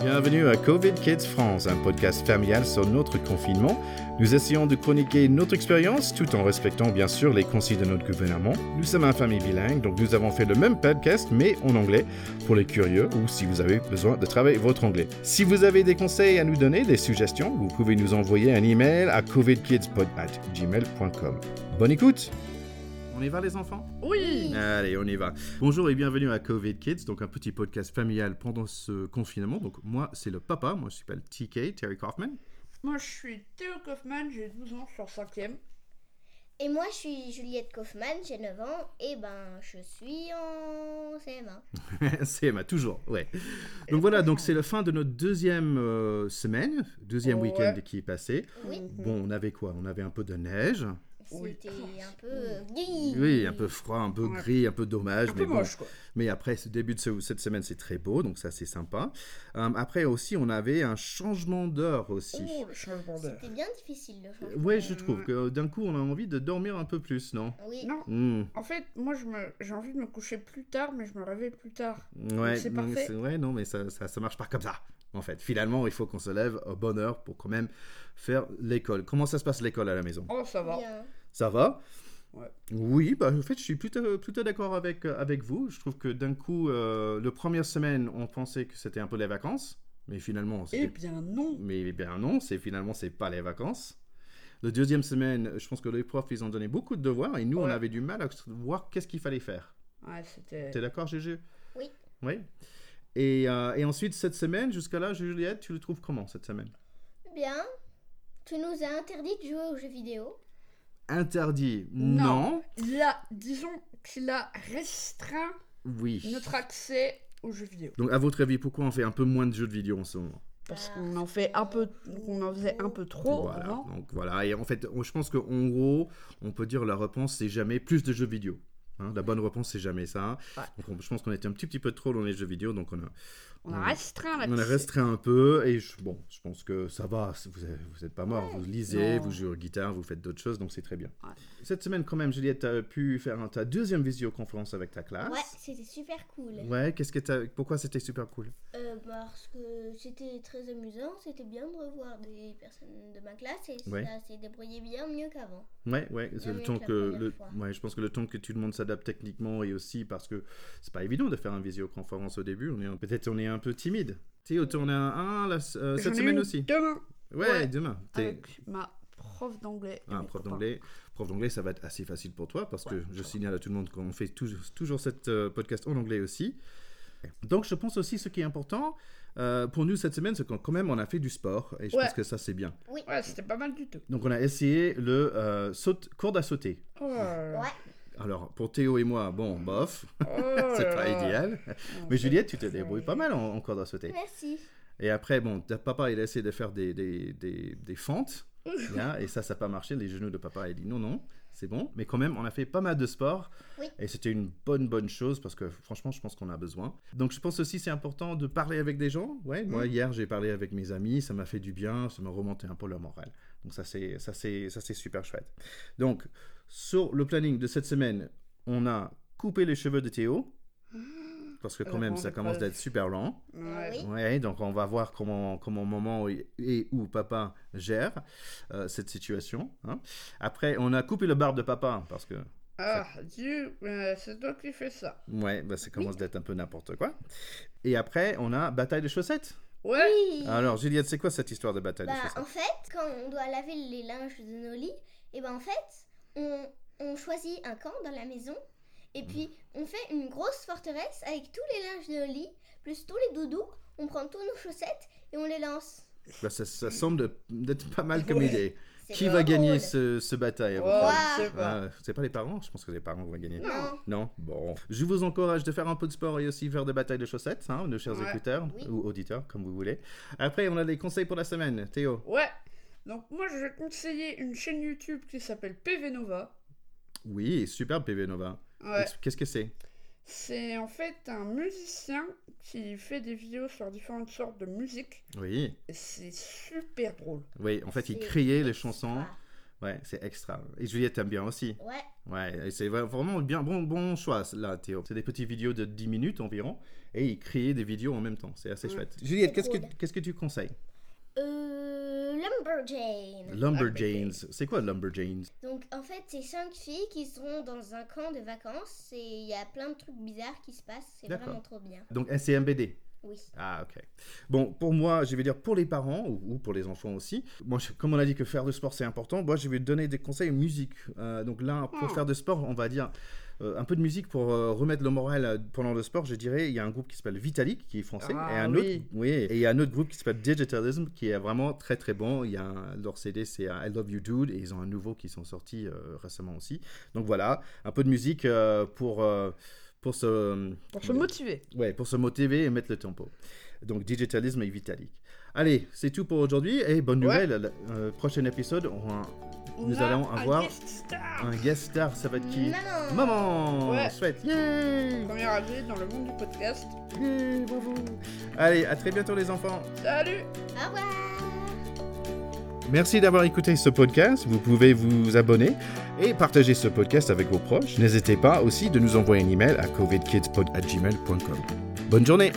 Bienvenue à Covid Kids France, un podcast familial sur notre confinement. Nous essayons de chroniquer notre expérience tout en respectant bien sûr les conseils de notre gouvernement. Nous sommes une famille bilingue, donc nous avons fait le même podcast mais en anglais pour les curieux ou si vous avez besoin de travailler votre anglais. Si vous avez des conseils à nous donner, des suggestions, vous pouvez nous envoyer un email à covidkidspod@gmail.com. Bonne écoute. On y va les enfants Oui Allez, on y va. Bonjour et bienvenue à Covid Kids, donc un petit podcast familial pendant ce confinement. Donc moi, c'est le papa, moi je s'appelle TK, Terry Kaufman. Moi je suis Théo Kaufman, j'ai 12 ans, je suis en 5ème. Et moi, je suis Juliette Kaufmann, j'ai 9 ans, et ben, je suis en CM1. CMA, toujours, ouais. Donc voilà, donc c'est la fin de notre deuxième euh, semaine, deuxième Ouais. week-end qui est passé. Oui, Bon, on avait quoi On avait un peu de neige, Oui. c'était un peu... euh, gris. oui, un peu froid, un peu Ouais. gris, un peu dommage, Un mais peu bon. moche quoi. Mais après, ce début de ce- cette semaine, c'est très beau, donc ça c'est sympa. Euh, après aussi, on avait un changement d'heure aussi. Oh le changement d'heure. C'était bien difficile, le changement. Ouais, je trouve que euh, d'un coup, on a envie de dormir un peu plus, non Oui, Non, Hmm, en fait, moi je me- j'ai envie de me coucher plus tard, mais je me réveille plus tard. Ouais, c'est mais parfait. c'est- ouais, non, mais ça, ça, ça marche pas comme ça. En fait, finalement, il faut qu'on se lève à bonne heure pour quand même faire l'école. Comment ça se passe l'école à la maison Oh ça va. bien. Ça va Ouais. Oui, bah, en fait, je suis plutôt, plutôt d'accord avec, euh, avec vous. Je trouve que d'un coup, euh, la première semaine, on pensait que c'était un peu les vacances, mais finalement, Eh c'était bien non Mais bien non, c'est finalement c'est pas les vacances. La deuxième semaine, je pense que les profs ils ont donné beaucoup de devoirs et nous on Ouais. avait du mal à voir qu'est-ce qu'il fallait faire. Ouais, c'était. T'es d'accord, Gégé Oui. Oui. Et, euh, et ensuite cette semaine, jusqu'à là, Juliette, tu le trouves comment cette semaine Bien. Tu nous as interdit de jouer aux jeux vidéo. Interdit Non. Il a, disons qu'il a restreint Oui. notre accès aux jeux vidéo. Donc à votre avis, pourquoi on fait un peu moins de jeux de vidéo en ce moment Parce qu'on en fait un peu. On en faisait un peu trop Voilà. avant. Donc voilà. Et en fait, on- je pense qu'en gros, on peut dire la réponse c'est jamais plus de jeux vidéo. Hein, la bonne réponse c'est jamais ça. Ouais. Donc on- je pense qu'on était un petit petit peu trop dans les jeux vidéo, donc on a On a restreint On a l'accès. restreint un peu et je, bon, je pense que ça va, c- vous n'êtes pas mort, vous lisez, Non. vous jouez aux guitares, vous faites d'autres choses, donc c'est très bien. Ouais. Cette semaine quand même, Juliette, tu as pu faire un- ta deuxième visioconférence avec ta classe. Ouais, c'était super cool. Ouais, qu'est-ce que t'as- pourquoi c'était super cool Euh, parce que c'était très amusant, c'était bien de revoir des personnes de ma classe, et Ouais. ça s'est débrouillé bien mieux qu'avant. Ouais, ouais, c'est mieux le que temps la que première le, fois. ouais, je pense que le temps que tout le monde s'adapte techniquement et aussi parce que c'est pas évident de faire une visioconférence au début, on est un- peut-être on est un peu timide. Théo, t'en as un la- euh, J'en cette ai semaine une aussi. Demain Ouais, Ouais. Euh, demain. T'es- avec ma prof d'anglais. et Ah, mes prof copains. d'anglais, prof d'anglais, ça va être assez facile pour toi parce Ouais, que je ça va. signale à tout le monde qu'on fait tou- toujours cette euh, podcast en anglais aussi. Donc je pense aussi ce qui est important euh, pour nous cette semaine, c'est qu'on quand même on a fait du sport et je Ouais. pense que ça c'est bien. Ouais, c'était pas mal du tout. Donc on a essayé le euh, saute, corde à sauter. Oh là là. Ouais. Alors pour Théo et moi, bon bof, Oh c'est là pas là. idéal. Oh, Mais ça- Juliette, tu te ça- débrouilles pas mal en, en corde à sauter. Merci. Et après bon, ta papa il a essayé de faire des des, des, des fentes, bien, et ça ça n'a pas marché. Les genoux de papa il dit non non. C'est bon, mais quand même, on a fait pas mal de sport Et c'était une bonne, bonne chose parce que franchement, je pense qu'on a besoin. Donc je pense aussi c'est important de parler avec des gens. Ouais, Mm. moi hier j'ai parlé avec mes amis, ça m'a fait du bien, ça m'a remonté un peu le moral. Donc ça c'est ça c'est ça c'est super chouette. Donc sur le planning de cette semaine, on a coupé les cheveux de Théo parce que quand Mm. Alors, même on ça va commence pas- d'être super lent. Ouais. Oui. Ouais, donc on va voir comment, comment maman et, et ou papa gère euh, cette situation. hein. Après, on a coupé le barbe de papa parce que Ah, Dieu, euh, c'est toi qui fais ça. Ouais, bah ça commence d'être un peu n'importe quoi. Et après, on a bataille de chaussettes. Ouais. Oui. Alors, Juliette, c'est quoi cette histoire de bataille Bah, de chaussettes en fait, quand on doit laver les linges de nos lits, et ben en fait, on, on choisit un camp dans la maison et puis Mm. on fait une grosse forteresse avec tous les linges de nos lits, plus tous les doudous. On prend tous nos chaussettes et on les lance. Bah, ça, ça semble de- d'être pas mal comme Ouais. idée. C'est Qui pas va drôle. bah. gagner ce, ce bataille à votre Ouais, avis Oh, je sais pas. Ah, C'est pas les parents Je pense que les parents vont gagner. Non. Non Bon. Je vous encourage de faire un peu de sport et aussi faire des batailles de chaussettes, hein, nos chers Ouais. écouteurs Oui. ou auditeurs, comme vous voulez. Après, on a les conseils pour la semaine. Théo Ouais. Donc moi, je vais conseiller une chaîne YouTube qui s'appelle PV Nova. Oui, super PV Nova. Ouais. Ex- Qu'est-ce que c'est C'est en fait un musicien qui fait des vidéos sur différentes sortes de musique. Oui. Et c'est super drôle. Oui, en fait, il C'est criait les chansons. extra. Ouais, c'est extra. Et Juliette aime bien aussi. Ah, Ouais, Ouais, et c'est vra- vraiment bien bon bon choix là, Théo. C'est des petites vidéos de 10 minutes environ et il crée des vidéos en même temps. C'est assez Ouais. chouette. Juliette, Mm. C'est qu'est-ce que cool. qu'est-ce que tu conseilles euh, Lumberjane. Lumberjanes. C'est quoi Lumberjanes Donc en fait, c'est cinq filles qui seront dans un camp de vacances et il y a plein de trucs bizarres qui se passent. C'est D'accord. vraiment trop bien. Donc SCMBD. Oui. Ah, ok. Bon, pour moi, je vais dire pour les parents ou, ou pour les enfants aussi. Moi, je- comme on a dit que faire du sport c'est important, moi je vais donner des conseils musique. Euh, donc là, pour Hmm. faire du sport, on va dire euh, un peu de musique pour euh, remettre le moral euh, pendant le sport. Je dirais, il y a un groupe qui s'appelle Vitalik qui est français Ah, et un oui. autre, oui, et il y a un autre groupe qui s'appelle Digitalism qui est vraiment très très bon. Il y a un- leur CD, c'est euh, I Love You Dude et ils ont un nouveau qui sont sortis euh, récemment aussi. Donc voilà, un peu de musique euh, pour euh, pour se Pour se motiver. Ouais, pour se motiver et mettre le tempo. Donc digitalisme et vitalik. Allez, c'est tout pour aujourd'hui et bonne Ouais. nouvelle. le- euh, prochain épisode, on aura On Nous a allons un avoir- guest star. un guest star. Ça va être qui Maman. Maman. Ouais. Chouette. Yay. Première avis dans le monde du podcast. Yay, bravo. Allez, à très bientôt les enfants. Salut Au revoir. Merci d'avoir écouté ce podcast. Vous pouvez vous abonner et partager ce podcast avec vos proches. N'hésitez pas aussi de nous envoyer un email à covidkidspod@gmail.com. Bonne journée.